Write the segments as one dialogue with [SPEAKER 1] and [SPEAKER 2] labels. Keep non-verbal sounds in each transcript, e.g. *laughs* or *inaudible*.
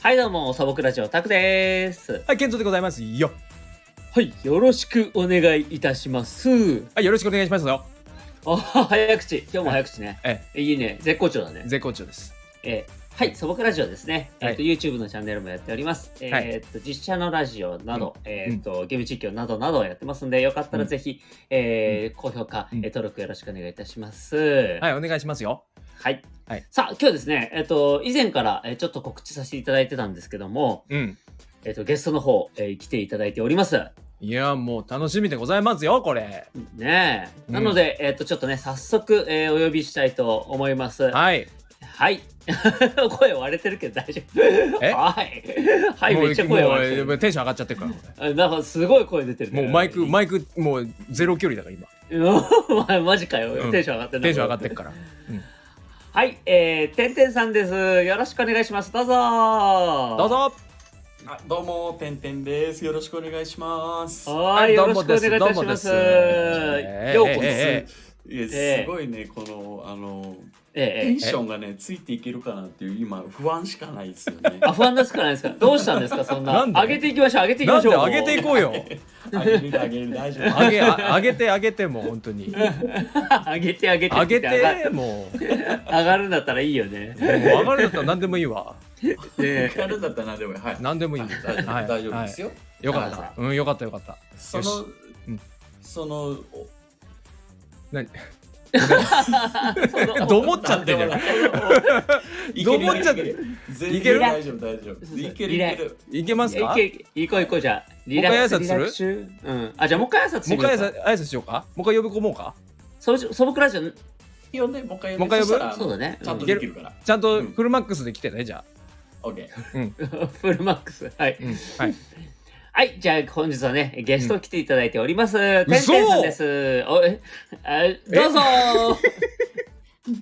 [SPEAKER 1] はいどうも素朴ラジオタクです
[SPEAKER 2] はい、健ンでございますよ。
[SPEAKER 1] はいよろしくお願いいたします
[SPEAKER 2] はい、よろしくお願いしますよ。
[SPEAKER 1] あ早口今日も早口ね、
[SPEAKER 2] え
[SPEAKER 1] いいね絶好調だね
[SPEAKER 2] 絶好調です。
[SPEAKER 1] えーはい、素朴ラジオですね。え
[SPEAKER 2] は
[SPEAKER 1] っ、
[SPEAKER 2] い
[SPEAKER 1] と、YouTube のチャンネルもやっております。えっ、
[SPEAKER 2] はい
[SPEAKER 1] と、実写のラジオなど、えっ、と、ゲーム実況などなどやってますんで、よかったらぜひ、えー高評価、
[SPEAKER 2] うん
[SPEAKER 1] えー登録よろしくお願いいたします。
[SPEAKER 2] はい、お願いしますよ。
[SPEAKER 1] はい。
[SPEAKER 2] はい
[SPEAKER 1] さあ、今日ですね、えっ、と、以前から、えーちょっと告知させていただいてたんですけども、
[SPEAKER 2] うん。
[SPEAKER 1] えっ、と、ゲストの方、えー来ていただいております。
[SPEAKER 2] いや、もう楽しみでございますよ、これ。
[SPEAKER 1] ねえ。
[SPEAKER 2] うん
[SPEAKER 1] なので、えっ、と、ちょっとね、早速、えーお呼びしたいと思います。
[SPEAKER 2] はい。
[SPEAKER 1] はい。 *laughs* 声割れてるけど大丈夫。
[SPEAKER 2] え
[SPEAKER 1] はい。はい、
[SPEAKER 2] もう
[SPEAKER 1] めっちゃ声割れて
[SPEAKER 2] もう
[SPEAKER 1] る。
[SPEAKER 2] テンション上がっちゃってるから、こ
[SPEAKER 1] あなんかすごい声出てる、
[SPEAKER 2] れもうマイク、マイク、もうゼロ距離だから、今。
[SPEAKER 1] *laughs* うんまマジかよ、
[SPEAKER 2] うん
[SPEAKER 1] テンション上がってる
[SPEAKER 2] テンション上がってる
[SPEAKER 1] る
[SPEAKER 2] から。
[SPEAKER 1] はいえー、てんてんさんですよろしくお願いしますどうぞ
[SPEAKER 2] ど
[SPEAKER 1] ど
[SPEAKER 2] うぞ
[SPEAKER 3] あどうも、てんてんです。よろしくお願いします。
[SPEAKER 1] は
[SPEAKER 2] は
[SPEAKER 1] ーい
[SPEAKER 2] い
[SPEAKER 1] よろ
[SPEAKER 2] どう
[SPEAKER 1] し
[SPEAKER 2] も
[SPEAKER 1] くお
[SPEAKER 2] です
[SPEAKER 1] 願いいたします
[SPEAKER 2] どうもです
[SPEAKER 1] ようこ
[SPEAKER 2] え
[SPEAKER 1] そ
[SPEAKER 2] ええ
[SPEAKER 3] いや
[SPEAKER 1] ええ
[SPEAKER 3] すごいね、この、あの、テ
[SPEAKER 1] ええ
[SPEAKER 3] ンションがね、ついていけるかなっていう、今、不安しかないですよね。
[SPEAKER 1] あ不安ですかないですかどうしたんですかそんな
[SPEAKER 2] なんで
[SPEAKER 1] 上げていきましょう上げていき
[SPEAKER 2] な
[SPEAKER 1] ま
[SPEAKER 2] ん
[SPEAKER 1] しょ
[SPEAKER 2] で
[SPEAKER 1] う
[SPEAKER 2] 上げていこうよ。
[SPEAKER 3] あげる、あげる、
[SPEAKER 2] *laughs*
[SPEAKER 3] 大丈夫。
[SPEAKER 2] 上げ、あ上げて、上げて、もう本当に。
[SPEAKER 1] *laughs* 上げて上げて
[SPEAKER 2] 上げ
[SPEAKER 1] 上が
[SPEAKER 2] て、もう。
[SPEAKER 1] 上がるんだったらいいよね
[SPEAKER 2] もう上がるんだったら何でもいいわ。
[SPEAKER 1] ええ
[SPEAKER 3] やるんだったら何でもいい。はい。
[SPEAKER 2] 何でもいい。
[SPEAKER 3] あ大丈
[SPEAKER 2] はい
[SPEAKER 3] 夫大丈夫ですよ。
[SPEAKER 2] よかった。うん、よかった、よかった。
[SPEAKER 3] そ
[SPEAKER 2] よ
[SPEAKER 3] の
[SPEAKER 2] うん、
[SPEAKER 3] その、
[SPEAKER 2] 何
[SPEAKER 1] その
[SPEAKER 2] どもっちゃってるよ。 *laughs* どもっちゃって
[SPEAKER 3] る。全
[SPEAKER 2] いけ
[SPEAKER 3] 然
[SPEAKER 2] る
[SPEAKER 3] 大丈夫、大丈
[SPEAKER 1] そうそ
[SPEAKER 3] 夫。
[SPEAKER 1] う
[SPEAKER 3] いける、
[SPEAKER 1] リ
[SPEAKER 3] い
[SPEAKER 1] ラ
[SPEAKER 3] ける。
[SPEAKER 2] いけますか
[SPEAKER 1] いけいけ行こう行こうじゃあリラックス
[SPEAKER 2] もう一回挨拶する
[SPEAKER 1] リラックス中うんあじゃあもう一回挨拶して
[SPEAKER 2] もう
[SPEAKER 1] み
[SPEAKER 2] 一
[SPEAKER 1] よう
[SPEAKER 2] 回
[SPEAKER 1] か
[SPEAKER 2] 挨拶挨拶しようかもう一回呼び込もうか
[SPEAKER 1] そうし素朴ラジオ
[SPEAKER 3] 呼んで、もう一回
[SPEAKER 2] もう一回呼ぶ
[SPEAKER 3] そしたらあの
[SPEAKER 1] そうだね
[SPEAKER 3] ちゃん
[SPEAKER 1] う
[SPEAKER 3] と
[SPEAKER 1] ん
[SPEAKER 3] できるから。
[SPEAKER 2] ちゃんと
[SPEAKER 3] うん
[SPEAKER 2] フルマックスで来てね、じゃあ。
[SPEAKER 3] オッケー。
[SPEAKER 1] *laughs* フルマックスはい
[SPEAKER 2] うん、はい。
[SPEAKER 1] はいじゃあ本日はねゲスト来ていただいております、てんてんさんですおえ *laughs* あどうぞ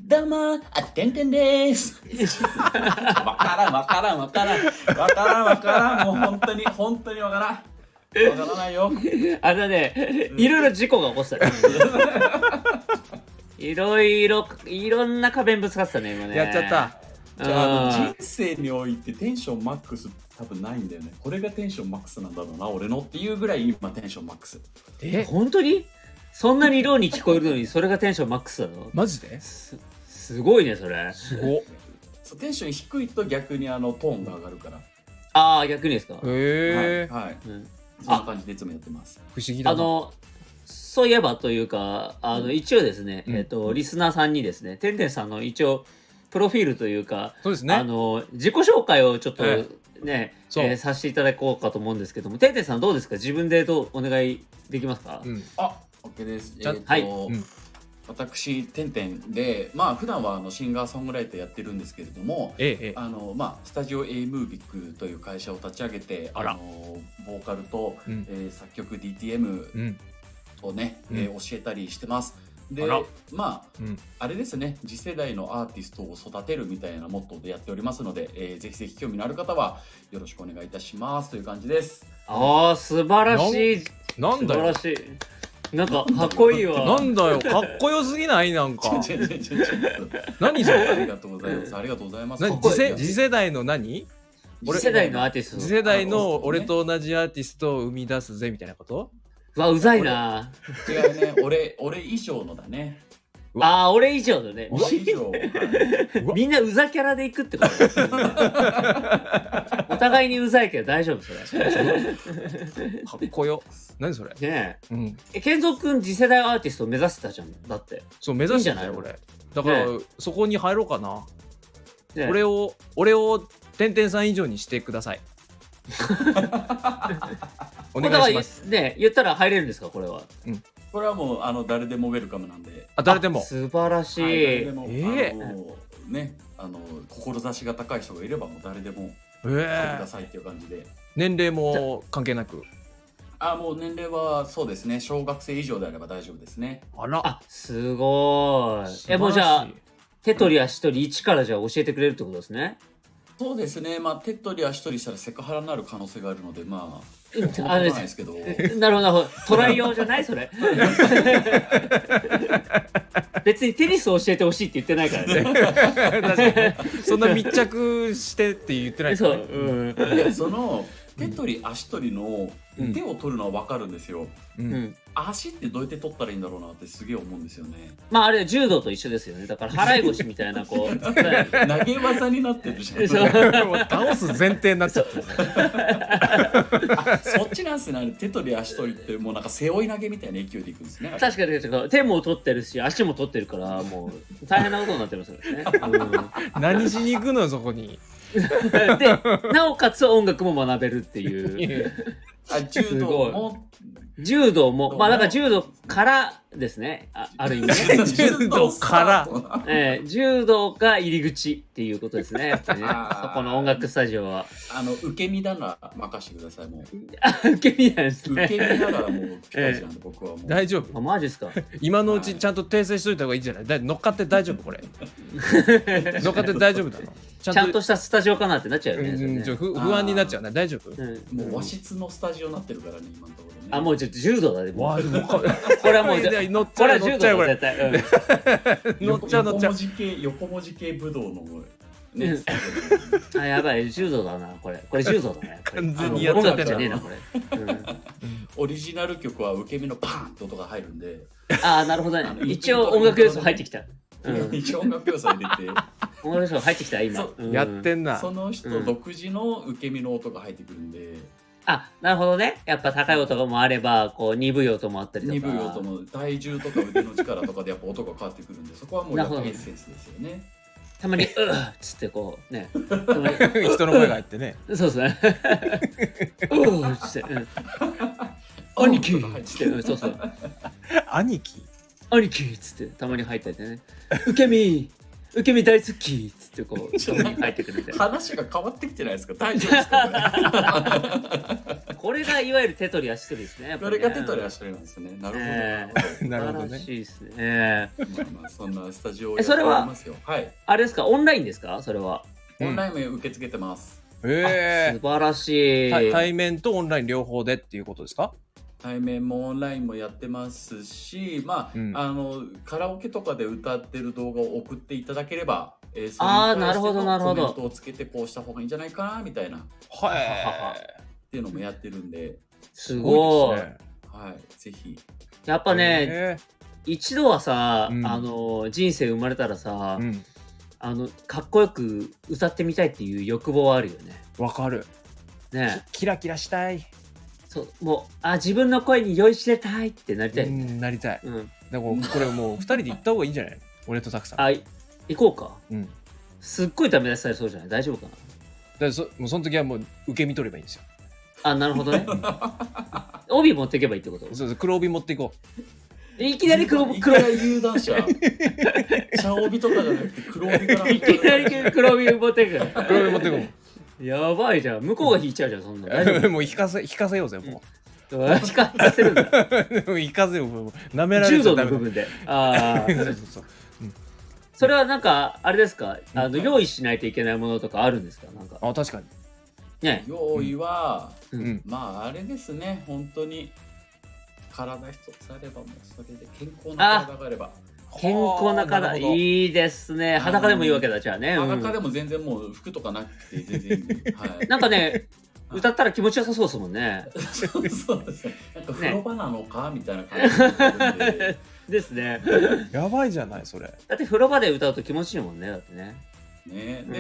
[SPEAKER 3] どうも、あてんてんです。わからん、わからん、わからん。わからん、わからん。もう本当に、本当にわからん。わからない *laughs* よ。
[SPEAKER 1] *laughs* あのね
[SPEAKER 3] うん
[SPEAKER 1] いろいろ事故が起こってたねいろいろいろんな壁にぶつかってたね今ね
[SPEAKER 2] やっちゃった。
[SPEAKER 3] じゃあ、
[SPEAKER 1] うん
[SPEAKER 3] 人生においてテンションマックス多分ないんだよね。これがテンションマックスなんだろうな、俺のっていうぐらい今テンションマックス。
[SPEAKER 2] え、
[SPEAKER 1] 本当にそんなにローに聞こえるのにそれがテンションマックスなの
[SPEAKER 2] マジです
[SPEAKER 1] すごいねそれ
[SPEAKER 2] すごっ。
[SPEAKER 3] そうテンション低いと逆にあのトーンが上がるから。
[SPEAKER 1] ああ逆にですか、
[SPEAKER 2] へえ、
[SPEAKER 3] はい、はい。
[SPEAKER 1] うん
[SPEAKER 3] そんな感じでいつもやってます。
[SPEAKER 2] 不思議だ
[SPEAKER 1] あ
[SPEAKER 2] な。
[SPEAKER 1] のそういえばというかあの一応ですね、
[SPEAKER 2] うん
[SPEAKER 1] えっとリスナーさんにですねてんてんさんの一応プロフィールというか、
[SPEAKER 2] そうです
[SPEAKER 1] あ
[SPEAKER 2] ね。
[SPEAKER 1] の自己紹介をちょっと
[SPEAKER 2] え
[SPEAKER 1] ね、
[SPEAKER 2] そう
[SPEAKER 1] えーさせていただこうかと思うんですけどもてんてんさんどうですか自分でどうお願いできますか、
[SPEAKER 2] うん。
[SPEAKER 3] あ、OK です。え
[SPEAKER 2] じゃ
[SPEAKER 3] ーと
[SPEAKER 1] はい
[SPEAKER 2] うん
[SPEAKER 3] 私、てんてんで、まあ普段はあのシンガーソングライターやってるんですけれども、
[SPEAKER 2] ええ、ええ。
[SPEAKER 3] あのまあ、スタジオ A ムービックという会社を立ち上げて
[SPEAKER 2] あら
[SPEAKER 3] のボーカルと、
[SPEAKER 2] うん
[SPEAKER 3] えー作曲 DTM
[SPEAKER 2] うん。
[SPEAKER 3] をね、
[SPEAKER 2] うん
[SPEAKER 3] えー教えたりしてます。で
[SPEAKER 2] あら
[SPEAKER 3] まあ
[SPEAKER 2] うん。
[SPEAKER 3] あれですね次世代のアーティストを育てるみたいなモットーでやっておりますので、えーぜひぜひ興味のある方はよろしくお願いいたしますという感じです。
[SPEAKER 1] ああ素晴らしい
[SPEAKER 2] な
[SPEAKER 1] 素
[SPEAKER 2] んだ
[SPEAKER 1] 晴
[SPEAKER 2] よ
[SPEAKER 1] ら。しいなんかかっこいいわ
[SPEAKER 2] なんだよ。かっこよすぎないなん
[SPEAKER 1] *laughs*
[SPEAKER 2] か。
[SPEAKER 3] ちょちょちょちょ
[SPEAKER 2] 何そ
[SPEAKER 3] あ
[SPEAKER 2] れ。
[SPEAKER 3] りがとうございます。ありがとうございます。
[SPEAKER 2] 何
[SPEAKER 1] こ
[SPEAKER 2] 次
[SPEAKER 1] いい
[SPEAKER 2] 世次世代の何
[SPEAKER 1] 次世代のアーティスト
[SPEAKER 2] 次世代
[SPEAKER 3] あの
[SPEAKER 2] の俺と同じアーティストを生み出すぜみたいなこと
[SPEAKER 1] うわうざいな
[SPEAKER 3] 違うね、俺俺以上のだね。
[SPEAKER 1] ああー俺以上だね
[SPEAKER 3] 俺以上。はい
[SPEAKER 1] みんなうざキャラでいく
[SPEAKER 3] *laughs*
[SPEAKER 1] ってことお互いにうざいけど大丈夫それ。
[SPEAKER 2] かっこよ。何それ。
[SPEAKER 1] ね
[SPEAKER 2] うん。
[SPEAKER 1] え。え、健三くん次世代アーティストを目指してたじゃん。だって。
[SPEAKER 2] そう、目指してんだよ、
[SPEAKER 1] いいんじゃ
[SPEAKER 2] 俺。だから
[SPEAKER 1] ね、
[SPEAKER 2] そこに入ろうかな。
[SPEAKER 1] ね
[SPEAKER 2] 俺を、俺を、てんてんさん以上にしてくだ
[SPEAKER 1] *laughs*
[SPEAKER 2] さい。お願いします。
[SPEAKER 1] す。ね言ったら入れるんですか、これは。
[SPEAKER 3] これはもうあの誰でもウェルカムなんで。
[SPEAKER 2] あ、誰で
[SPEAKER 1] あ
[SPEAKER 2] も。
[SPEAKER 1] 素晴らし
[SPEAKER 3] はい誰
[SPEAKER 1] い
[SPEAKER 3] で。も、
[SPEAKER 2] ええ
[SPEAKER 3] あのねあの志が高い人がいればもう誰でも
[SPEAKER 2] え
[SPEAKER 3] 来てく
[SPEAKER 2] え
[SPEAKER 3] ださいっていう感じで、
[SPEAKER 2] 年齢も関係なく。
[SPEAKER 3] あもう年齢はそうですね小学生以上であれば大丈夫ですね
[SPEAKER 2] あら。
[SPEAKER 1] あ、すごい。え、もうじゃあ、手取り足取り一からじゃあ教えてくれるってことですね。
[SPEAKER 3] そうですねまあ手っ取り足取りしたらセクハラになる可能性があるのでまあそんな
[SPEAKER 1] あ
[SPEAKER 3] こと
[SPEAKER 1] れ
[SPEAKER 3] ないですけど。 *laughs*
[SPEAKER 1] なるほどなるほどトライ用じゃないそ
[SPEAKER 2] *laughs*
[SPEAKER 1] れ別にテニスを教えてほしいって言ってないからね
[SPEAKER 2] 確かにね *laughs* そんな密着してって言ってない
[SPEAKER 1] そう、
[SPEAKER 2] からね
[SPEAKER 1] うん
[SPEAKER 3] いやその手取り足取りの
[SPEAKER 2] うん
[SPEAKER 3] 手を取るのは分かるんですよ。
[SPEAKER 1] う
[SPEAKER 2] う
[SPEAKER 1] んん、
[SPEAKER 3] 足ってどうやって取ったらいいんだろうなってすげえ思うんですよね。
[SPEAKER 1] まああれは柔道と一緒ですよねだから払い腰みたいなこう
[SPEAKER 2] *laughs*
[SPEAKER 1] はい
[SPEAKER 3] 投げ技になってるじゃん。
[SPEAKER 1] そう
[SPEAKER 2] *laughs* もう倒す前提になっちゃってる
[SPEAKER 3] あそっちなんすね。あれ手取り足取りってもうなんか背負い投げみたいな勢いでいくんですね。
[SPEAKER 1] 確かに確かに手も取ってるし足も取ってるからもう大変なことになってますよね、
[SPEAKER 2] 何しに行くのよそ
[SPEAKER 1] *laughs*
[SPEAKER 2] こに
[SPEAKER 1] うんでなおかつ音楽も学べるっていう
[SPEAKER 3] あ柔道も
[SPEAKER 1] 柔道もまあだから柔道からですねあある意味ね
[SPEAKER 2] 柔道から
[SPEAKER 1] ええ、柔道が入り口っていうことですね。やっぱりね
[SPEAKER 3] あー
[SPEAKER 1] そこの音楽スタジオは。
[SPEAKER 3] あの受け身なら任せてくださいもう
[SPEAKER 1] あ、受け身なんです
[SPEAKER 3] 受
[SPEAKER 1] ね。
[SPEAKER 3] け身ならもうピカイチなんで僕はもう
[SPEAKER 2] 大丈夫
[SPEAKER 1] あ、マジですか。
[SPEAKER 2] 今のうちちゃんと訂正しといた方がいいんじゃないだ乗っかって大丈夫
[SPEAKER 1] *laughs*
[SPEAKER 2] これ乗っかって大丈夫なのち
[SPEAKER 1] ちゃんとしたスタジオかなってなっちゃうよ
[SPEAKER 2] う
[SPEAKER 1] ね。それ
[SPEAKER 2] ん
[SPEAKER 1] ね
[SPEAKER 2] ちょ不不安になっちゃうね大丈夫
[SPEAKER 1] うん
[SPEAKER 3] もう和室のスタジオになってるからね今のところね
[SPEAKER 1] あ、もうちょっと柔道だね。もう
[SPEAKER 2] わあでもこ
[SPEAKER 1] これはもう、
[SPEAKER 2] いやいや乗っち
[SPEAKER 1] こ
[SPEAKER 2] ゃ
[SPEAKER 1] れは
[SPEAKER 2] う乗
[SPEAKER 1] 柔
[SPEAKER 2] っちゃう
[SPEAKER 1] 道
[SPEAKER 2] こ
[SPEAKER 1] だ
[SPEAKER 2] れ
[SPEAKER 1] 絶対。うん
[SPEAKER 2] 乗っちゃう乗っちゃ
[SPEAKER 3] 横
[SPEAKER 2] う
[SPEAKER 3] 文字系横文字系武道の
[SPEAKER 1] う
[SPEAKER 3] ね
[SPEAKER 1] んあ、やばい、柔道だな、これ。これ柔道だね。これ
[SPEAKER 2] 完全
[SPEAKER 3] にやっ
[SPEAKER 1] 音
[SPEAKER 3] ちゃっ
[SPEAKER 1] 楽
[SPEAKER 3] て
[SPEAKER 1] じゃ
[SPEAKER 3] る
[SPEAKER 1] ねえ
[SPEAKER 3] な
[SPEAKER 1] な、これ。うん
[SPEAKER 3] オリジナル曲は受け身のパーンって音が入るんで、
[SPEAKER 1] あー、なるほど
[SPEAKER 3] あ
[SPEAKER 1] ね
[SPEAKER 3] の。
[SPEAKER 1] 一応音楽要素入ってきた。うん
[SPEAKER 3] 一応音楽要素入れ
[SPEAKER 2] *laughs*
[SPEAKER 3] て
[SPEAKER 1] 音楽要素入ってきた、今
[SPEAKER 3] そ。
[SPEAKER 1] うん
[SPEAKER 2] やってんな
[SPEAKER 3] その人独自の受け身の音が入ってくるんで
[SPEAKER 1] あ、なるほどね。やっぱ高い音もあれば、こう鈍い音もあったりとか。
[SPEAKER 3] 鈍い音も体重とか腕の力とかでやっぱ音が変わってくるんでそこはもうやっぱエッセンスですよね
[SPEAKER 1] たまに、うっつってこう、ね。たまに
[SPEAKER 2] 人の声が入ってね
[SPEAKER 1] そうですね。 *laughs* うっつって、うん兄貴っつって、うんそうそう。
[SPEAKER 2] *laughs* 兄貴
[SPEAKER 1] 兄貴っつって、たまに入ったりね。受け身受け身大好きっつってこ *laughs* う、たまに入ってくるみたい
[SPEAKER 3] 話が変わってきてないですか大丈夫ですか
[SPEAKER 1] な。 *laughs* これがいわゆる手取り足取りですね。やっ
[SPEAKER 3] こ
[SPEAKER 1] ぱ
[SPEAKER 3] れ
[SPEAKER 1] ね
[SPEAKER 3] これが手取り足取りなんですねなるほど
[SPEAKER 2] なるほど
[SPEAKER 1] 素晴ら
[SPEAKER 2] ね
[SPEAKER 1] しいですね。ええ
[SPEAKER 3] まあまあそんなスタジオを
[SPEAKER 1] えそれは
[SPEAKER 3] やっておりますよはい
[SPEAKER 1] あれですか、オンラインですかそれは。
[SPEAKER 2] うん
[SPEAKER 3] オンラインも受け付けてます
[SPEAKER 2] へ
[SPEAKER 1] 素晴ら
[SPEAKER 2] え
[SPEAKER 1] しい。
[SPEAKER 2] 対対面とオンライン両方でっていうことですか
[SPEAKER 3] 対面もオンラインもやってますし、ま
[SPEAKER 2] う
[SPEAKER 3] あ、
[SPEAKER 2] ん
[SPEAKER 3] あのカラオケとかで歌ってる動画を送っていただければ、えーそれに
[SPEAKER 1] あー
[SPEAKER 3] 対しての
[SPEAKER 1] なるほどなるほど
[SPEAKER 3] コメントをつけてこうした方がいいんじゃないかなみたいなっ
[SPEAKER 2] は
[SPEAKER 3] ていうのもやってるんで、
[SPEAKER 1] す
[SPEAKER 2] い
[SPEAKER 1] ごい。
[SPEAKER 3] はい、ぜひ。
[SPEAKER 1] やっぱね、
[SPEAKER 2] ね
[SPEAKER 1] 一度はさ、
[SPEAKER 2] うん
[SPEAKER 1] あの人生生まれたらさ、
[SPEAKER 2] うん
[SPEAKER 1] あのかっこよく歌ってみたいっていう欲望はあるよね。
[SPEAKER 2] わかる
[SPEAKER 1] ね
[SPEAKER 2] キラキラしたい
[SPEAKER 1] そうもうあ自分の声に酔いしれたいってなりた
[SPEAKER 2] う
[SPEAKER 1] い。うん
[SPEAKER 2] んなりたいだからこれもう二人で行った方がいいんじゃない俺とたくさん
[SPEAKER 1] あい行こうか。
[SPEAKER 2] うん
[SPEAKER 1] すっごいダメ出しされそうじゃない大丈夫かな
[SPEAKER 2] だからそもうその時はもう受け身取ればいいんですよ
[SPEAKER 1] あなるほど
[SPEAKER 2] *laughs*
[SPEAKER 1] ね。帯持っていけばいいってこと
[SPEAKER 2] そうそう黒帯持っていこ
[SPEAKER 1] いきなり黒
[SPEAKER 3] いき
[SPEAKER 1] 黒
[SPEAKER 3] なり
[SPEAKER 1] *laughs*
[SPEAKER 3] 有段者。茶帯とかじゃなくて黒帯から入っ
[SPEAKER 1] いきな
[SPEAKER 3] てる。
[SPEAKER 1] り黒帯持ってく
[SPEAKER 2] う黒帯持っていこ
[SPEAKER 1] やばいじゃん。向こうが引いちゃうじゃん、そ
[SPEAKER 2] *laughs*
[SPEAKER 1] んなの。大丈
[SPEAKER 2] うもう引かせ引かせようぜも
[SPEAKER 1] 夫私からさせるんだ。
[SPEAKER 2] う *laughs* もう引かせようもう舐められ
[SPEAKER 1] 柔
[SPEAKER 2] ちゃ
[SPEAKER 1] 道
[SPEAKER 2] ダ
[SPEAKER 1] の部
[SPEAKER 2] メ
[SPEAKER 1] 分で。ああ。
[SPEAKER 2] だ *laughs* そうそうそう
[SPEAKER 1] それはなんかあれですかあの
[SPEAKER 3] うん
[SPEAKER 1] 用意しないといけないものとかあるんですかなんか
[SPEAKER 2] あ確かに
[SPEAKER 1] ね
[SPEAKER 3] 用意は、
[SPEAKER 1] う
[SPEAKER 2] うんん
[SPEAKER 3] まああれですね、本当に。体一つあればもうそれで健康
[SPEAKER 1] あ
[SPEAKER 3] な体があれば
[SPEAKER 1] 健康な
[SPEAKER 2] はあ
[SPEAKER 1] 体
[SPEAKER 2] るほど
[SPEAKER 1] いいですね裸でもいいわけだじゃあね、うん
[SPEAKER 3] 裸でも全然もう服とかなくて全然いい、
[SPEAKER 2] *laughs*
[SPEAKER 3] はい、
[SPEAKER 1] なんかね歌ったら気持ちよさそうですもんね
[SPEAKER 3] そうそうですね。なんか風呂場なのか、みたいな感じになるんで。
[SPEAKER 1] ですね
[SPEAKER 2] やばいじゃないそれ
[SPEAKER 1] だって風呂場で歌うと気持ちいいもんねだってね
[SPEAKER 3] ね、
[SPEAKER 1] う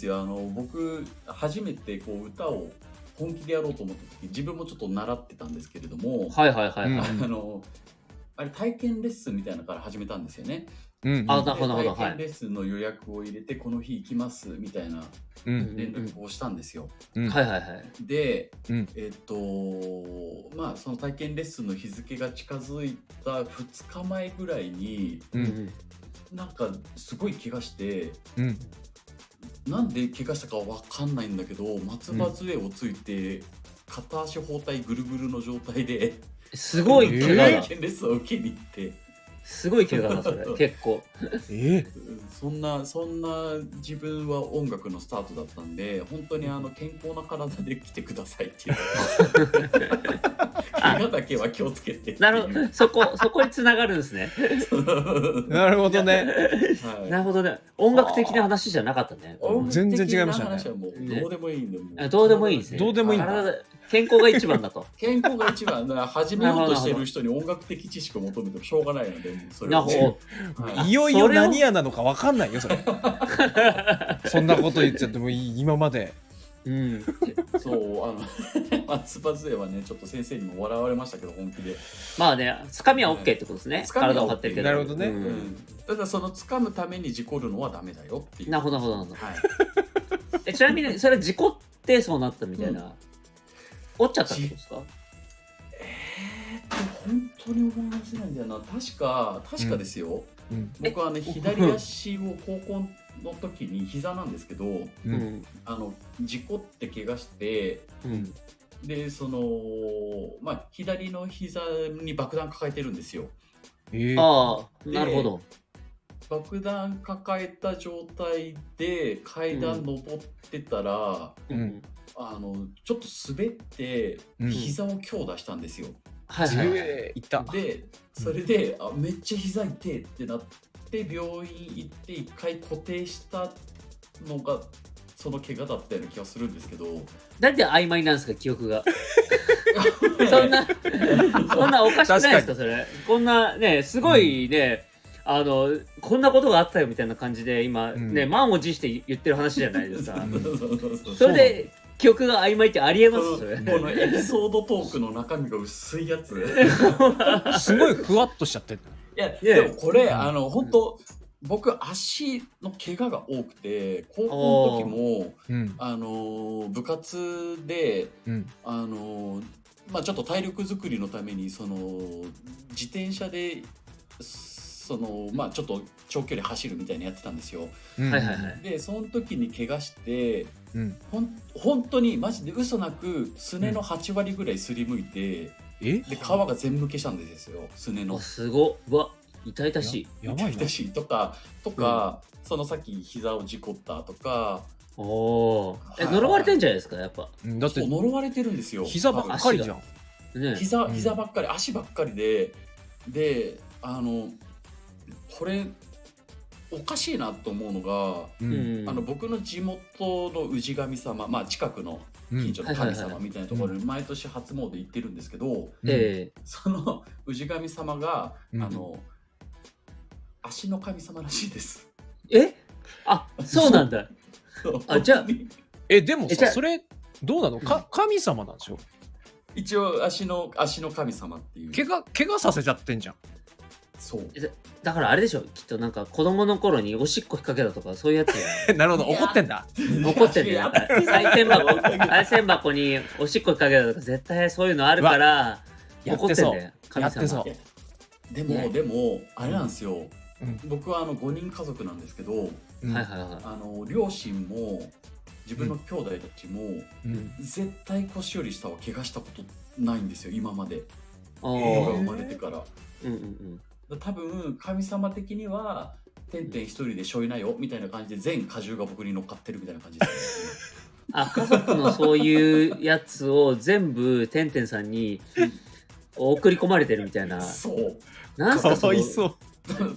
[SPEAKER 3] で、
[SPEAKER 1] ん
[SPEAKER 3] あの僕初めてこう歌を本気でやろうと思った時、自分もちょっと習ってたんですけれども、
[SPEAKER 1] はいはいはいはい、
[SPEAKER 2] うん
[SPEAKER 3] あのあれ体験レッスンみたいなのから始めたんですよね。
[SPEAKER 2] うん
[SPEAKER 1] あなるほどなる
[SPEAKER 3] で
[SPEAKER 1] ほどはい
[SPEAKER 3] 体験レッスンの予約を入れてこの日行きますみたいな
[SPEAKER 2] うん
[SPEAKER 3] 連絡をしたんですよ。
[SPEAKER 2] うん
[SPEAKER 1] はいはいはい
[SPEAKER 3] で、
[SPEAKER 2] うん
[SPEAKER 3] えっとまあその体験レッスンの日付が近づいた2日前ぐらいに
[SPEAKER 2] う
[SPEAKER 1] うんん
[SPEAKER 3] なんかすごい怪我して
[SPEAKER 2] うん
[SPEAKER 3] なんで怪我したかわかんないんだけど松葉杖をついて、片足包帯ぐるぐるの状態です
[SPEAKER 1] ごい怪我だ、
[SPEAKER 3] 体験レッスンを受けに行って
[SPEAKER 1] すごい怪我だそれ結構
[SPEAKER 2] え
[SPEAKER 3] そんなそんな自分は音楽のスタートだったんで本当にあの健康な体で来てくださいっていう怪我だけは気をつけてっていう
[SPEAKER 1] なるほど *laughs* そこそこに繋がるんですね
[SPEAKER 2] なるほどね。
[SPEAKER 3] はい
[SPEAKER 1] なるほどね音楽的な話じゃなかったね
[SPEAKER 2] 全然違いましたね
[SPEAKER 3] 音楽的な話はもうどうでもいいんで、も
[SPEAKER 1] あどうでもいいんですね
[SPEAKER 2] どうでもいいんだ
[SPEAKER 1] 体で健康が一番だと
[SPEAKER 3] 健康が一番だから始めようとしてる人に音楽的知識を求めてもしょうがないので、もうそれ
[SPEAKER 1] なる
[SPEAKER 3] は
[SPEAKER 1] ほど
[SPEAKER 3] はい
[SPEAKER 2] いよいよ何屋なのかわかんないよ、 *laughs* それ。そんなこと言っちゃってもいい今まで。
[SPEAKER 1] うん
[SPEAKER 3] そう、あの、 *laughs* 松葉杖はね、ちょっと先生にも笑われましたけど、本気で。
[SPEAKER 1] まあね掴みは OK ってことですね
[SPEAKER 3] 掴みは OK
[SPEAKER 1] 体を張ってるけど
[SPEAKER 2] なるほどね
[SPEAKER 1] うん
[SPEAKER 3] うん。ただ、その掴むために事故るのはダメだよっていう。
[SPEAKER 1] なるほどなるほどなるほど
[SPEAKER 3] はい。
[SPEAKER 1] えちなみにそれ事故ってそうなったみたいな、折っちゃったってことですか
[SPEAKER 3] 本当に思い出せないんだよな。確か、確かですよ。
[SPEAKER 2] うん
[SPEAKER 3] 僕はね、左足を高校の時に膝なんですけど、
[SPEAKER 2] う
[SPEAKER 1] うんん
[SPEAKER 3] あの、事故って怪我して、
[SPEAKER 1] うん
[SPEAKER 3] で、その、まあ、左の膝に爆弾抱えてるんですよ。
[SPEAKER 2] えー
[SPEAKER 1] ああなるほど
[SPEAKER 3] 爆弾抱えた状態で階段登ってたら、
[SPEAKER 2] でうん
[SPEAKER 3] あのちょっと滑って
[SPEAKER 2] うん
[SPEAKER 3] 膝を強打したんですよ、
[SPEAKER 1] はいはいはい
[SPEAKER 2] えーいった。
[SPEAKER 3] でそれであめっちゃ膝痛いってなって病院行って一回固定したのがその怪我だったような気がするんですけど
[SPEAKER 1] なんで曖昧なんですか記憶がそんなそんなおかしくないですかそれこんなねすごいね、あのこんなことがあったよみたいな感じで今、
[SPEAKER 2] うん
[SPEAKER 1] ね満を持して言ってる話じゃないです
[SPEAKER 3] そ
[SPEAKER 1] か
[SPEAKER 3] うそうそうそう
[SPEAKER 1] それで記憶が曖昧ってありえますそれ
[SPEAKER 3] このこのエピソードトークの中身が薄いやつ
[SPEAKER 2] すごいふわっとしちゃってる。
[SPEAKER 3] いや、
[SPEAKER 1] や
[SPEAKER 3] でもこれ、
[SPEAKER 2] うん
[SPEAKER 3] あの、本当、僕、足の怪我が多くて、高校の時も、
[SPEAKER 2] うん。
[SPEAKER 3] あの、部活で、
[SPEAKER 2] うん。
[SPEAKER 3] あの、まあ、ちょっと体力作りのために、その、自転車で、その、まあ、ちょっと長距離走るみたいなのやってたんですよ。
[SPEAKER 2] うん
[SPEAKER 1] はいはいはい。
[SPEAKER 3] で、その時に怪我して、
[SPEAKER 2] うん。
[SPEAKER 3] ほん本当にマジで嘘なくすねの8割ぐらいすりむいて
[SPEAKER 2] え
[SPEAKER 3] で皮が全部消したんですよすねの
[SPEAKER 1] あすごっうわ痛々しい
[SPEAKER 2] やばいな
[SPEAKER 3] だ。しとかとか、そのさっき膝を事故ったとか
[SPEAKER 1] おおーえ
[SPEAKER 3] はい
[SPEAKER 1] 呪われてんじゃないですかやっぱ
[SPEAKER 2] うんだって
[SPEAKER 3] そう、呪われてるんですよ
[SPEAKER 2] 膝ばっかりじゃん。
[SPEAKER 1] ね
[SPEAKER 3] 膝
[SPEAKER 2] うん
[SPEAKER 3] 膝ばっかり、足ばっかりでであのこれおかしいなと思うのが、
[SPEAKER 1] う
[SPEAKER 2] う。
[SPEAKER 1] んん
[SPEAKER 3] あの僕の地元の氏神様、まあ、近くの
[SPEAKER 2] うん
[SPEAKER 3] 近所の神
[SPEAKER 1] はいはい
[SPEAKER 3] 様
[SPEAKER 1] は
[SPEAKER 3] みたいなところに毎年初詣行ってるんですけど、
[SPEAKER 1] え
[SPEAKER 3] その氏神様が、
[SPEAKER 2] うん
[SPEAKER 3] あの足の神様らしいです。
[SPEAKER 1] ええあそうなんだ
[SPEAKER 3] そう
[SPEAKER 1] あ
[SPEAKER 3] *laughs*
[SPEAKER 1] じゃあ
[SPEAKER 2] え、でも
[SPEAKER 1] えじ
[SPEAKER 2] さ、
[SPEAKER 1] ゃあ
[SPEAKER 2] それ、どうなのか神様なんですよ。
[SPEAKER 3] 一応足の足の神様っていう
[SPEAKER 2] 怪我、怪我させちゃってんじゃん。
[SPEAKER 3] そう
[SPEAKER 1] だからあれでしょきっとなんか子供の頃におしっこ引っ掛けたとかそういうやつや
[SPEAKER 2] *laughs* なるほど、怒ってんだ。
[SPEAKER 1] 残ってるよ。
[SPEAKER 3] 最
[SPEAKER 1] 賽銭箱、賽銭箱におしっこかけたとか、絶対そういうのあるから、
[SPEAKER 2] やっ
[SPEAKER 1] 残っててん
[SPEAKER 2] そ
[SPEAKER 1] だ
[SPEAKER 2] う
[SPEAKER 1] よ。。神
[SPEAKER 2] やってそ
[SPEAKER 1] 様
[SPEAKER 2] う。
[SPEAKER 3] でも、
[SPEAKER 1] ね
[SPEAKER 3] でもあれなんですよ、
[SPEAKER 2] うん
[SPEAKER 3] 僕はあの5人家族なんですけど
[SPEAKER 2] うん
[SPEAKER 1] はいはいは
[SPEAKER 3] あの両親も自分の兄弟たちも、
[SPEAKER 2] うん
[SPEAKER 3] 絶対腰より下は怪我したことないんですよ今まで
[SPEAKER 1] い。
[SPEAKER 3] 僕が
[SPEAKER 1] お
[SPEAKER 3] 生
[SPEAKER 1] ー
[SPEAKER 3] まれてからだか
[SPEAKER 1] うんうん
[SPEAKER 3] ら多分神様的には「てんてん一人でしょいなよ」みたいな感じで全荷重が僕に乗っかってるみたいな感じです、
[SPEAKER 1] あ家族のそういうやつを全部てんてんさんに送り込まれてるみたいな。
[SPEAKER 3] そう
[SPEAKER 1] なんす
[SPEAKER 2] か
[SPEAKER 1] かそ
[SPEAKER 2] わ
[SPEAKER 1] の
[SPEAKER 2] いそう。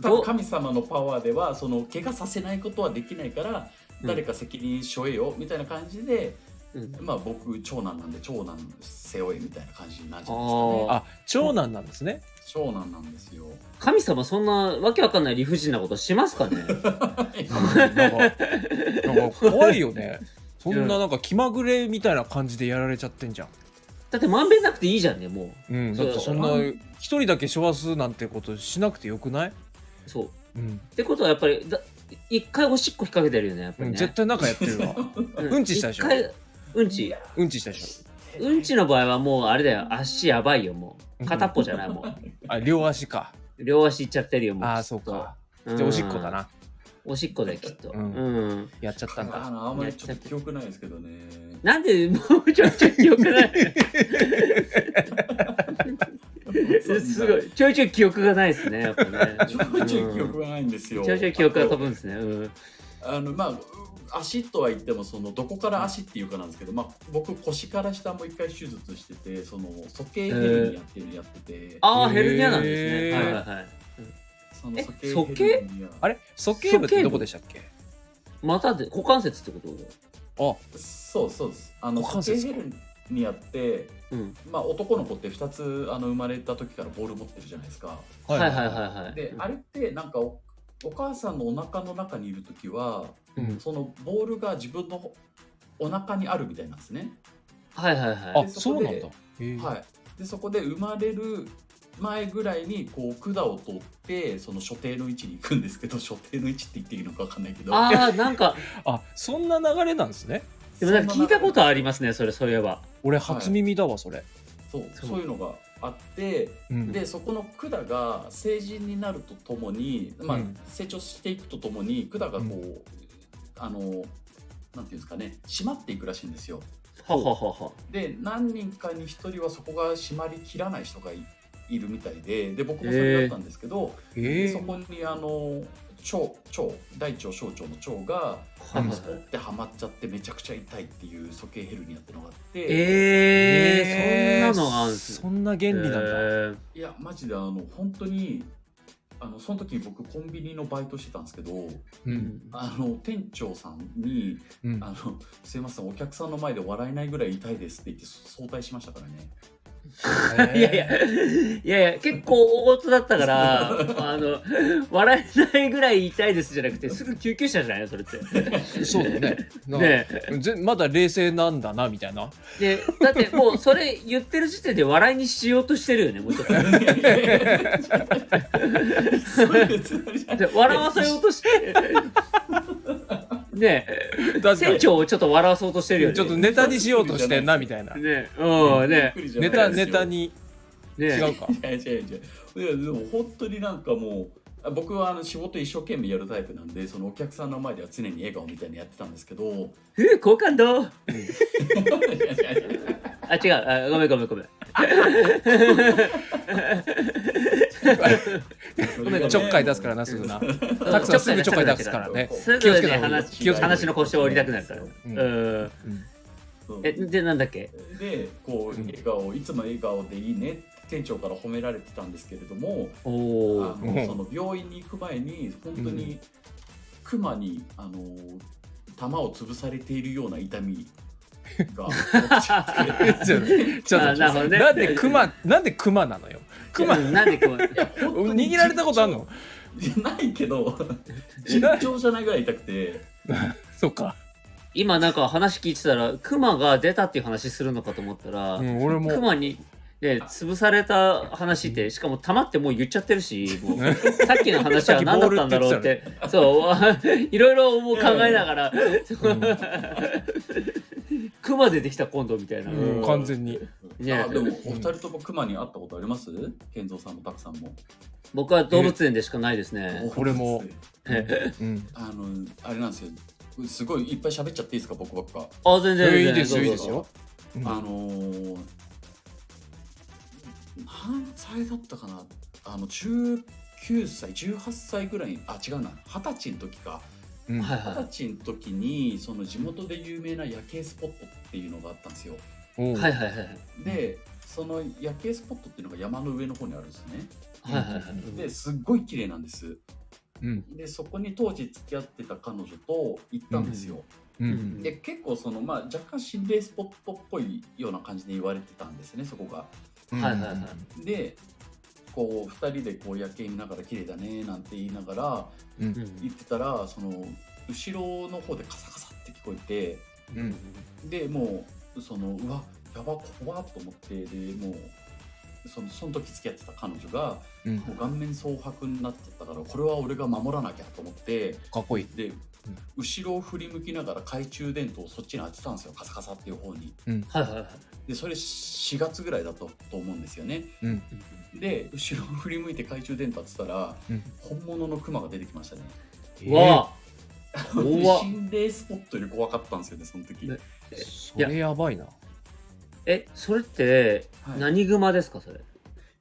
[SPEAKER 3] 多分神様のパワーではその怪我させないことはできないから
[SPEAKER 1] うん
[SPEAKER 3] 誰か責任しょえよみたいな感じで、
[SPEAKER 1] うん
[SPEAKER 3] まあ僕長男なんで長男背負いみたいな感じになっちゃうんで
[SPEAKER 1] あー
[SPEAKER 2] あ、長男なんですね。
[SPEAKER 3] すかね長男なんで
[SPEAKER 1] *laughs*
[SPEAKER 3] すよ
[SPEAKER 1] 神様そんなわけわかんない理不尽なことしますかね
[SPEAKER 2] なんかなんか怖いよね。 *laughs* そんななんか気まぐれみたいな感じでやられちゃってんじゃん。
[SPEAKER 1] だってまんべんなくていいじゃんねも
[SPEAKER 2] うん、だってそんな
[SPEAKER 3] そう
[SPEAKER 2] 一人だけ処罰なんてことしなくてよくないう
[SPEAKER 1] そう
[SPEAKER 2] うん、
[SPEAKER 1] ってことはやっぱりだ一回おしっこ引っ掛けてるよねやっぱ
[SPEAKER 2] う
[SPEAKER 1] り
[SPEAKER 2] ん
[SPEAKER 1] ね
[SPEAKER 2] 絶対なんかやってるわ
[SPEAKER 1] うん
[SPEAKER 2] うんちしたでしょ
[SPEAKER 1] 一回うんち
[SPEAKER 2] *laughs* うんちしたでし
[SPEAKER 1] うんちの場合はもうあれだよ足やばいよもう片っぽじゃないも
[SPEAKER 2] ょあ両足か
[SPEAKER 1] う両足いっちゃってるよもう
[SPEAKER 2] ああそうか
[SPEAKER 1] うん
[SPEAKER 2] じゃあおしっこだな
[SPEAKER 1] おしっこだよきっと
[SPEAKER 2] う
[SPEAKER 1] うんん、
[SPEAKER 2] やっちゃったん
[SPEAKER 3] あ
[SPEAKER 1] *laughs*
[SPEAKER 2] だ
[SPEAKER 3] のあんまりちょっと記憶ないですけどね
[SPEAKER 2] *laughs*
[SPEAKER 1] なんでもうちょいちょい記憶ない
[SPEAKER 3] そんな
[SPEAKER 1] すごい。ちょいちょい記憶がないですね、やっぱね。
[SPEAKER 3] *laughs* ちょいちょい記憶がないんですよ。
[SPEAKER 1] ちょいちょい記憶が飛ぶんですね。うん。
[SPEAKER 3] あのまあう足とは言ってもそのどこから足っていうかなんですけど、まあ、僕腰から下も一回手術しててその鼠径ヘルニアっていうのやってて、
[SPEAKER 1] ああ、ヘルニアなんですね。
[SPEAKER 2] へー
[SPEAKER 1] はいはいはい。
[SPEAKER 3] その
[SPEAKER 1] え
[SPEAKER 3] 鼠径ヘルニア
[SPEAKER 2] あれ鼠径部ってどこでしたっけ
[SPEAKER 1] またで、股関節ってこと
[SPEAKER 2] あ
[SPEAKER 3] そうそうですあの
[SPEAKER 2] 股関
[SPEAKER 3] 鼠
[SPEAKER 2] 節
[SPEAKER 3] 径ヘルニアって、
[SPEAKER 1] うん。
[SPEAKER 3] まあ、男の子って2つあの生まれた時からボール持ってるじゃないですか
[SPEAKER 1] はいはいはいはい。
[SPEAKER 3] であれってなんかおお母さんのお腹の中にいる時は
[SPEAKER 1] うん
[SPEAKER 3] そのボールが自分のお腹にあるみたいなんですね
[SPEAKER 1] はいはいはい。
[SPEAKER 2] あ
[SPEAKER 3] でそ
[SPEAKER 2] そ
[SPEAKER 3] こ
[SPEAKER 2] うな
[SPEAKER 3] で
[SPEAKER 2] んだへえ
[SPEAKER 3] はい、でそこで生まれる前ぐらいにこう管を取ってその所定の位置に行くんですけど *laughs* 所定の位置って言っていいのか分かんないけど
[SPEAKER 1] ああ、なんか、
[SPEAKER 2] あそんな流れなんですね
[SPEAKER 1] でもなんか聞いたことあり
[SPEAKER 3] ま
[SPEAKER 1] ますね、それ、そういえば。
[SPEAKER 2] 俺初耳だわそれ
[SPEAKER 3] すそう
[SPEAKER 1] そう
[SPEAKER 3] そういうのがあって
[SPEAKER 2] うん
[SPEAKER 3] でそこの管が成人になるとともに、まあ
[SPEAKER 2] うん
[SPEAKER 3] 成長していくとともに管がこう、あのなんていうんですかね締まっていくらしいんですよ。
[SPEAKER 1] はははは。
[SPEAKER 3] で何人かに1人はそこが締まりきらない人がいいるみたいでで僕もそれだったんですけど、
[SPEAKER 2] へ
[SPEAKER 3] で
[SPEAKER 2] え
[SPEAKER 3] そこにあの腸腸大腸小腸の腸が
[SPEAKER 1] はいはい
[SPEAKER 3] スポッてはまっちゃってめちゃくちゃ痛いっていう鼠径ヘルニアってのがあって、
[SPEAKER 1] ええ、そんなのがあるんですね
[SPEAKER 2] そんな原理なんだ
[SPEAKER 1] え
[SPEAKER 3] いやマジであの本当にあのその時僕コンビニのバイトしてたんですけど
[SPEAKER 2] う
[SPEAKER 1] ー
[SPEAKER 2] ん
[SPEAKER 3] あの店長さんに
[SPEAKER 2] うん
[SPEAKER 3] あの「すいませんお客さんの前で笑えないぐらい痛いです」って言って早退しましたから
[SPEAKER 2] *laughs*
[SPEAKER 3] ね
[SPEAKER 1] いやいや、いやいや、結構大事だったから、あの、笑えないぐらい痛いですじゃなくて、すぐ救急車じゃないのそれって。
[SPEAKER 2] そうだね *laughs* なんか
[SPEAKER 1] *laughs* ね
[SPEAKER 2] ぜまだ冷静なんだなみたいな
[SPEAKER 1] で、だってもうそれ言ってる時点で笑いにしようとしてるよね、もうちょっと。
[SPEAKER 3] そういうつもりじゃない
[SPEAKER 1] で笑わせようと
[SPEAKER 2] *laughs*
[SPEAKER 1] して。ね
[SPEAKER 2] 確か
[SPEAKER 1] 船
[SPEAKER 2] に
[SPEAKER 1] 長をちょっと笑わそうとしてるよね。
[SPEAKER 2] ちょっとネタにしようとしてんなみ
[SPEAKER 1] *laughs*
[SPEAKER 2] たいな
[SPEAKER 1] ねうん、ね
[SPEAKER 3] びっくりじゃな
[SPEAKER 2] ネ
[SPEAKER 3] いですよ
[SPEAKER 2] タネタに
[SPEAKER 1] ね
[SPEAKER 2] 違うか
[SPEAKER 3] いや違う違ういやでも本当になんかもうあ僕はあの仕事一生懸命やるタイプなんでそのお客さんの前では常に笑顔みたいにやってたんです
[SPEAKER 2] *laughs*
[SPEAKER 3] けどい
[SPEAKER 1] え好感度
[SPEAKER 3] や違う違う
[SPEAKER 1] あ、違う。あごめんごめんごめん。
[SPEAKER 3] ごめんごめん
[SPEAKER 2] ちょっかい出すからなすぐなたくさんすぐちょっかい出すからね
[SPEAKER 1] す
[SPEAKER 2] 気をつ
[SPEAKER 1] ぐ
[SPEAKER 2] け
[SPEAKER 1] ね、
[SPEAKER 2] た方がいいよ気
[SPEAKER 1] 話
[SPEAKER 2] をつけた方がいい
[SPEAKER 1] 話の腰を折りたくなるから。
[SPEAKER 2] うん
[SPEAKER 1] うん。
[SPEAKER 3] そう
[SPEAKER 1] え、で、なんだっけ
[SPEAKER 3] でこ
[SPEAKER 2] う
[SPEAKER 3] うん笑顔いつも笑顔でいいねって店長から褒められてたんですけれども
[SPEAKER 1] お
[SPEAKER 3] あ
[SPEAKER 1] お。
[SPEAKER 2] うん
[SPEAKER 3] のその病院に行く前に本当にクマにあの弾を潰されているような痛みが起きちゃって
[SPEAKER 2] ちょっとちょっ
[SPEAKER 1] あなるほ
[SPEAKER 2] と
[SPEAKER 1] どね
[SPEAKER 2] なんでクマなんでクマなのよクマ
[SPEAKER 1] うんなんで熊。 *laughs*
[SPEAKER 2] 握られたことあるの
[SPEAKER 3] いやないけど
[SPEAKER 2] い
[SPEAKER 3] 尋
[SPEAKER 2] ない
[SPEAKER 3] 常じゃないぐらい痛くて
[SPEAKER 2] そっか
[SPEAKER 1] 今なんか話聞いてたら、クマが出たっていう話するのかと思ったら、
[SPEAKER 2] うん俺
[SPEAKER 1] ク
[SPEAKER 2] も
[SPEAKER 1] マに、ね、潰された話って、しかも玉ってもう言っちゃってるし、も
[SPEAKER 2] *laughs*
[SPEAKER 1] うさっきの話は何だったんだろうって、そう、 *laughs* いろいろもう考えながら、クマ出てきた今度みたいな。
[SPEAKER 2] うん完全に
[SPEAKER 1] ね
[SPEAKER 3] あでもお二人ともクマに会ったことあります健三さんもたくさんも
[SPEAKER 1] 僕は動物園でしかないですね。
[SPEAKER 2] 俺もうん
[SPEAKER 3] あのあれなんですよすごいいっぱい喋っちゃっていいですか僕ばっか、
[SPEAKER 1] *laughs* あ、全然
[SPEAKER 2] えーい
[SPEAKER 1] 全然
[SPEAKER 2] いですよいい
[SPEAKER 1] どう
[SPEAKER 2] で
[SPEAKER 1] ぞ
[SPEAKER 2] すようん
[SPEAKER 3] あのー何歳だったかなあの19歳18歳ぐらいあ違うな二十歳の時か
[SPEAKER 2] うん
[SPEAKER 1] はい
[SPEAKER 3] 二
[SPEAKER 1] は
[SPEAKER 3] 十歳の時にその地元で有名な夜景スポットっていうのがあったんですよ
[SPEAKER 2] おう
[SPEAKER 1] い。はいはいはいはい。
[SPEAKER 3] でその夜景スポットっていうのが山の上の方にあるんですね
[SPEAKER 1] はいはいは
[SPEAKER 3] で
[SPEAKER 1] い。
[SPEAKER 3] すっごい綺麗なんです
[SPEAKER 2] うん
[SPEAKER 3] でそこに当時付き合ってた彼女と行ったんですよ、
[SPEAKER 2] うん
[SPEAKER 3] で結構その、まあ、若干心霊スポットっぽいような感じで言われてたんですねそこが
[SPEAKER 2] うん
[SPEAKER 1] はいはいはい
[SPEAKER 3] でこう2人でこう夜景見ながら綺麗だねなんて言いながら
[SPEAKER 2] うん
[SPEAKER 1] うん
[SPEAKER 3] 行ってたらその後ろの方でカサカサって聞こえ
[SPEAKER 2] うん
[SPEAKER 3] てでもうそのうわやば怖っと思ってでもうそのその時付き合ってた彼女が
[SPEAKER 2] うん
[SPEAKER 3] もう顔面蒼白になっちゃったからこれは俺が守らなきゃと思って
[SPEAKER 2] かっこいい
[SPEAKER 3] で後ろを振り向きながら懐中電灯をそっちに当てたんですよカサカサっていう方に
[SPEAKER 1] はいはいはい。
[SPEAKER 3] でそれ4月ぐらいだったと思うんですよね
[SPEAKER 2] うん
[SPEAKER 3] で後ろを振り向いて懐中電灯当てたら
[SPEAKER 2] うん
[SPEAKER 3] 本物のクマが出てきましたね
[SPEAKER 1] うわあ。
[SPEAKER 3] *laughs*
[SPEAKER 1] うわあ。
[SPEAKER 3] 心霊スポットより怖かったんですよねその時、
[SPEAKER 1] ね
[SPEAKER 2] それやばいな
[SPEAKER 1] え、それって
[SPEAKER 3] はい
[SPEAKER 1] 何グマですかそれ？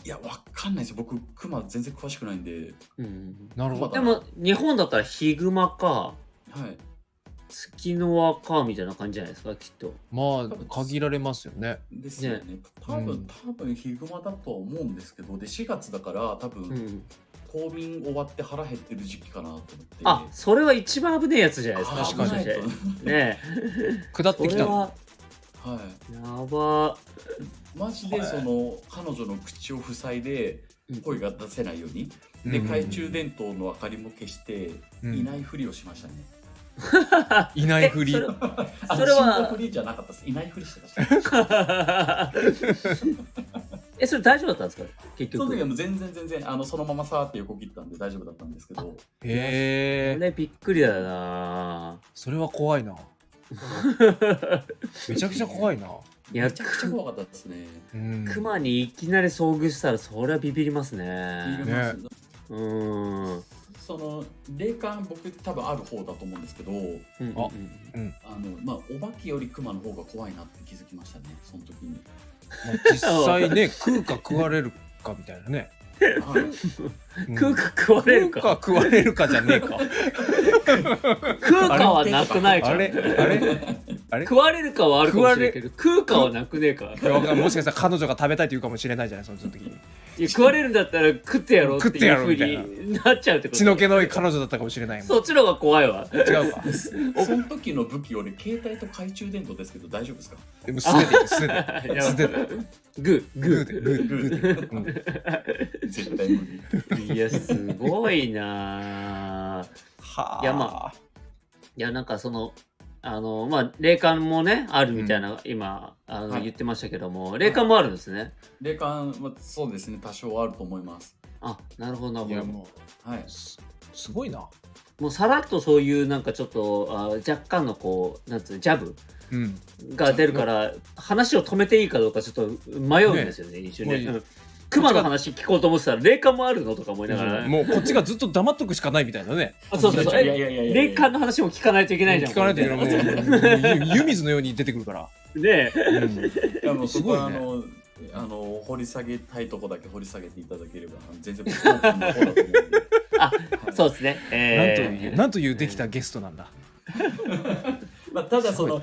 [SPEAKER 3] いや、わかんないですよ。僕、クマ全然詳しくないんで。
[SPEAKER 1] うん、
[SPEAKER 2] なるほ
[SPEAKER 3] ま
[SPEAKER 2] ど
[SPEAKER 1] で
[SPEAKER 3] だ
[SPEAKER 1] も日本だったらヒグマか
[SPEAKER 3] はい。
[SPEAKER 1] ツキノワかみたいな感じじゃないですかきっと
[SPEAKER 2] まあ限られますよね
[SPEAKER 3] ですよね。多
[SPEAKER 2] う
[SPEAKER 3] 分、
[SPEAKER 2] ん
[SPEAKER 3] 多分ヒグマだとは思うんですけど、で、4月だから、多
[SPEAKER 1] う
[SPEAKER 3] 分、
[SPEAKER 1] ん
[SPEAKER 3] 冬眠終わって腹減ってる時期かなと思って。
[SPEAKER 1] あそれは一番危ねえやつじゃないですか
[SPEAKER 3] あ
[SPEAKER 2] 確かに
[SPEAKER 1] もしかし
[SPEAKER 3] 危ないと
[SPEAKER 1] てね
[SPEAKER 2] 下
[SPEAKER 1] え
[SPEAKER 2] っ
[SPEAKER 1] そ
[SPEAKER 2] てき
[SPEAKER 1] れ
[SPEAKER 2] たの
[SPEAKER 1] は
[SPEAKER 3] はい。
[SPEAKER 1] やば
[SPEAKER 3] マジでその彼女の口を塞いで
[SPEAKER 1] うん
[SPEAKER 3] 声が出せないように、
[SPEAKER 2] うん
[SPEAKER 3] で懐中電灯の明かりも消して、
[SPEAKER 2] うん
[SPEAKER 3] いないふりをしましたね。
[SPEAKER 2] いないふ
[SPEAKER 1] え
[SPEAKER 2] り
[SPEAKER 1] それ
[SPEAKER 3] あ
[SPEAKER 1] それは
[SPEAKER 3] 死んだふりじゃなかったです。いないふりして
[SPEAKER 2] *laughs*
[SPEAKER 3] ました。
[SPEAKER 1] えそれ *laughs* 大丈夫だったんですか結
[SPEAKER 3] その時
[SPEAKER 1] 局
[SPEAKER 3] はもう全然全然あのそのままさーって横切ったんで大丈夫だったんですけど、
[SPEAKER 2] へえ
[SPEAKER 1] ねびっくりだよな
[SPEAKER 2] それは
[SPEAKER 1] *laughs*
[SPEAKER 2] 怖いなめちゃくちゃ怖いな、
[SPEAKER 1] いや
[SPEAKER 3] めちゃくちゃ怖かったですね。
[SPEAKER 2] うん、
[SPEAKER 1] クマにいきなり遭遇したらそれはビビりますね
[SPEAKER 3] ビビります
[SPEAKER 1] うーん
[SPEAKER 3] その霊感僕多分ある方だと思うんですけど、
[SPEAKER 1] うん
[SPEAKER 2] あ
[SPEAKER 3] あのまあお化けよりクマの方が怖いなって気づきましたね。その時に。
[SPEAKER 2] まあ実
[SPEAKER 1] *laughs*
[SPEAKER 2] 際ね食うか食われるかみたいなね、
[SPEAKER 3] はい
[SPEAKER 2] うん
[SPEAKER 1] 食うか食われる
[SPEAKER 2] 食う
[SPEAKER 1] か
[SPEAKER 2] 食われるかじゃねえか
[SPEAKER 1] 食うかはなくないか
[SPEAKER 2] あれあれあれ
[SPEAKER 1] 食われるかはあるかもしれないけど食うかはなくねえか
[SPEAKER 2] いやわかんないもしかしたら彼女が食べたいと言うかもしれないじゃないその時に
[SPEAKER 1] いや食われるんだったら食ってやろうって
[SPEAKER 2] 食って
[SPEAKER 1] いう
[SPEAKER 2] やろう
[SPEAKER 1] ふう
[SPEAKER 2] みたいな
[SPEAKER 1] になっちゃうってこと
[SPEAKER 2] 血の気のいい彼女だったかもしれないもん
[SPEAKER 1] そっちの方が怖い
[SPEAKER 2] *laughs*
[SPEAKER 1] わ
[SPEAKER 2] 違うか
[SPEAKER 3] その時の武器俺携帯と懐中電灯ですけど大丈夫ですか
[SPEAKER 2] でも素手で素手で
[SPEAKER 1] やばい
[SPEAKER 2] 素手で
[SPEAKER 1] グー
[SPEAKER 2] グー
[SPEAKER 1] グ
[SPEAKER 2] でグーでグーでうん
[SPEAKER 3] 絶対無理
[SPEAKER 1] ーいやすごいなあ
[SPEAKER 2] はあ
[SPEAKER 1] いやまいやなんかそのあのまあ霊感もねあるみたいな、今あの、
[SPEAKER 3] はい
[SPEAKER 1] 言ってましたけども霊感もあるんですね
[SPEAKER 3] 霊感はそうですね多少あると思います
[SPEAKER 1] あなるほどなるほ
[SPEAKER 2] いや
[SPEAKER 1] ど
[SPEAKER 2] も
[SPEAKER 3] はい、
[SPEAKER 2] うすすごいな
[SPEAKER 1] もうさらっとそういうなんかちょっとあ若干のこうなんつうのジャブ
[SPEAKER 2] うん
[SPEAKER 1] が出るから話を止めていいかどうかちょっと迷うんですよね一瞬ね。
[SPEAKER 2] もういい
[SPEAKER 1] うん熊の話聞こうと思ってたら霊感もあるのとか思いながら、
[SPEAKER 2] もうこっちがずっと黙っとくしかないみたいなね
[SPEAKER 1] あそうそうそう
[SPEAKER 3] いやい
[SPEAKER 1] え
[SPEAKER 3] やいやいや
[SPEAKER 1] 霊感の話も聞かないといけないじゃん
[SPEAKER 2] 聞かないといけない
[SPEAKER 1] こ
[SPEAKER 2] も
[SPEAKER 1] れね
[SPEAKER 2] う湯湯水のように出てくるから、
[SPEAKER 1] ねえ
[SPEAKER 2] うん
[SPEAKER 3] いやもうそこはあ
[SPEAKER 2] す
[SPEAKER 3] のあの掘り下げたいとこだけ掘り下げていただければ
[SPEAKER 1] *laughs*
[SPEAKER 3] 全然僕の方だと思うんで
[SPEAKER 1] あ
[SPEAKER 3] はい
[SPEAKER 1] そうですね
[SPEAKER 2] なん
[SPEAKER 1] え
[SPEAKER 2] と
[SPEAKER 1] ー
[SPEAKER 2] いうなんというできたゲストなんだ
[SPEAKER 3] まあ、ただその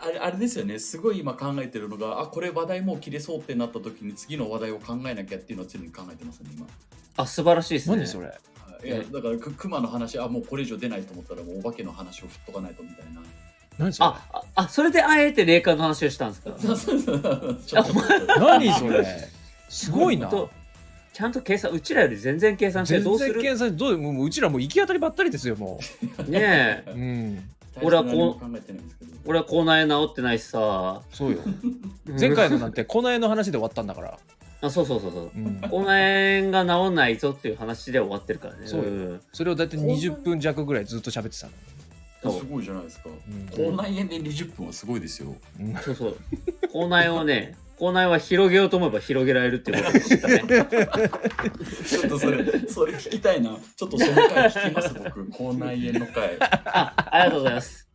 [SPEAKER 3] あれあれですよねすごい今考えてるのがあこれ話題もう切れそうってなった時に次の話題を考えなきゃっていうのは常に考えてますね今
[SPEAKER 1] あ素晴らしいですね
[SPEAKER 2] 何それ
[SPEAKER 3] はいいやだからククマの話あもうこれ以上出ないと思ったらもうお化けの話を振っとかないとみたい
[SPEAKER 1] *laughs*
[SPEAKER 3] な
[SPEAKER 2] 何それ
[SPEAKER 1] あああそれであえて霊感の話をしたんですか
[SPEAKER 3] そうそうそうちょっと
[SPEAKER 2] 何それすごい
[SPEAKER 1] ち
[SPEAKER 2] な
[SPEAKER 1] ゃんとちゃんと計算うちらより全然計算して
[SPEAKER 2] 全
[SPEAKER 1] どうす
[SPEAKER 2] 然
[SPEAKER 1] る
[SPEAKER 2] 検査どうもうもううちらもう行き当たりばったりですよも
[SPEAKER 1] ねえ
[SPEAKER 2] う、うん、
[SPEAKER 1] 俺はこう
[SPEAKER 3] 大して何も考えてないんですけど
[SPEAKER 1] 俺は口内炎治ってないしさ
[SPEAKER 2] そうよ前回のなんてこの絵の話で終わったんだから、
[SPEAKER 1] あそうそうそうそう
[SPEAKER 2] うん、
[SPEAKER 1] 口内炎が治んないぞっていう話で終わってるからね
[SPEAKER 2] そうよ
[SPEAKER 1] ん
[SPEAKER 2] それを大体20分弱ぐらいずっと喋ってたの、
[SPEAKER 1] そう
[SPEAKER 3] すごいじゃないですか。
[SPEAKER 2] う
[SPEAKER 3] 口内炎で20分はすごいですよ。
[SPEAKER 2] ん
[SPEAKER 1] そうそう。口内をね、口内は広げようと思えば広げられるってことでした
[SPEAKER 2] *laughs*
[SPEAKER 1] ね。
[SPEAKER 3] ちょっとそれ、それ聞きたいな。ちょっとその回聞きます、僕。口内炎の回。
[SPEAKER 1] あありがとうございます。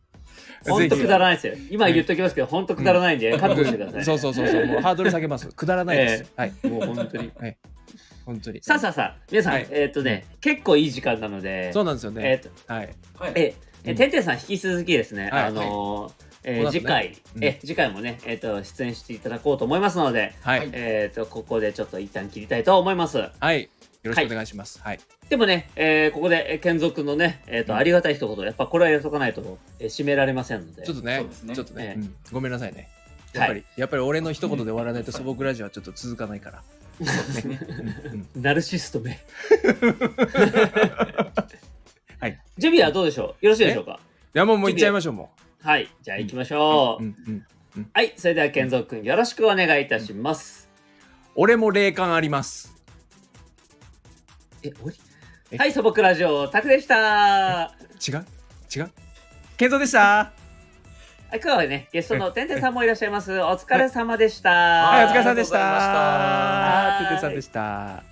[SPEAKER 1] ほんとくだらないですよ。今言っときますけど、ほんとくだらないんで、覚悟してください。
[SPEAKER 2] そうそうそうそうもうハードル下げます *laughs* くだらないです、はい
[SPEAKER 1] もう本当に。
[SPEAKER 2] 本当に
[SPEAKER 1] さあさあさあ、皆さん、
[SPEAKER 2] はい
[SPEAKER 1] えーっ、とね、結構いい時間なので、
[SPEAKER 2] そうなんですよ
[SPEAKER 1] えーっ、
[SPEAKER 2] ね、
[SPEAKER 1] と、
[SPEAKER 2] はい
[SPEAKER 3] はい。
[SPEAKER 1] え、
[SPEAKER 2] う
[SPEAKER 1] え
[SPEAKER 2] ん
[SPEAKER 1] てんてんさん引き続きですね、
[SPEAKER 2] はい
[SPEAKER 1] あのーえー
[SPEAKER 2] この後ね
[SPEAKER 1] 次回、
[SPEAKER 2] うん
[SPEAKER 1] え次回もね、えーっ、と、出演していただこうと思いますので、
[SPEAKER 2] はい、
[SPEAKER 3] はい
[SPEAKER 1] えーっ、と、ここでちょっと一旦切りたいと思います。
[SPEAKER 2] はい。よろしくお願いします。はい。
[SPEAKER 1] でもね、えーここで、えー、健三君のね、えーと、
[SPEAKER 2] うん
[SPEAKER 1] ありがたい一言、やっぱこれはやっとかないと、えー締められませんので。
[SPEAKER 2] ちょっとね
[SPEAKER 3] そうです、ね
[SPEAKER 2] ちょっとね、
[SPEAKER 1] ええ
[SPEAKER 2] うんごめんなさいね。
[SPEAKER 1] はい
[SPEAKER 2] やっぱり、やっぱり俺の一言で終わらないと素朴ラジオはちょっと続かないから。うんうん
[SPEAKER 1] ナルシストめ。
[SPEAKER 2] *laughs* はい。
[SPEAKER 1] 準備はどうでしょうよろしいでしょうか
[SPEAKER 2] いやもうもう行っちゃいましょうも
[SPEAKER 1] はい。じゃあ行きましょう。
[SPEAKER 2] う。うんうん。
[SPEAKER 1] はい。それでは健三君、よろしくお願いいたします。
[SPEAKER 2] 俺も霊感あります。
[SPEAKER 1] え、おり
[SPEAKER 2] え
[SPEAKER 1] はい、素朴ラジオ、タクでした。は
[SPEAKER 2] 違う違う健三でした。
[SPEAKER 1] い、今日はね、ゲストのてんてんさんもいらっしゃいます。お疲れ様でした。
[SPEAKER 2] はい、お
[SPEAKER 3] あ
[SPEAKER 2] 疲
[SPEAKER 3] り
[SPEAKER 2] れ
[SPEAKER 3] がと
[SPEAKER 2] 様
[SPEAKER 3] うござい
[SPEAKER 2] でしたた。て
[SPEAKER 3] まし
[SPEAKER 2] てさんでした。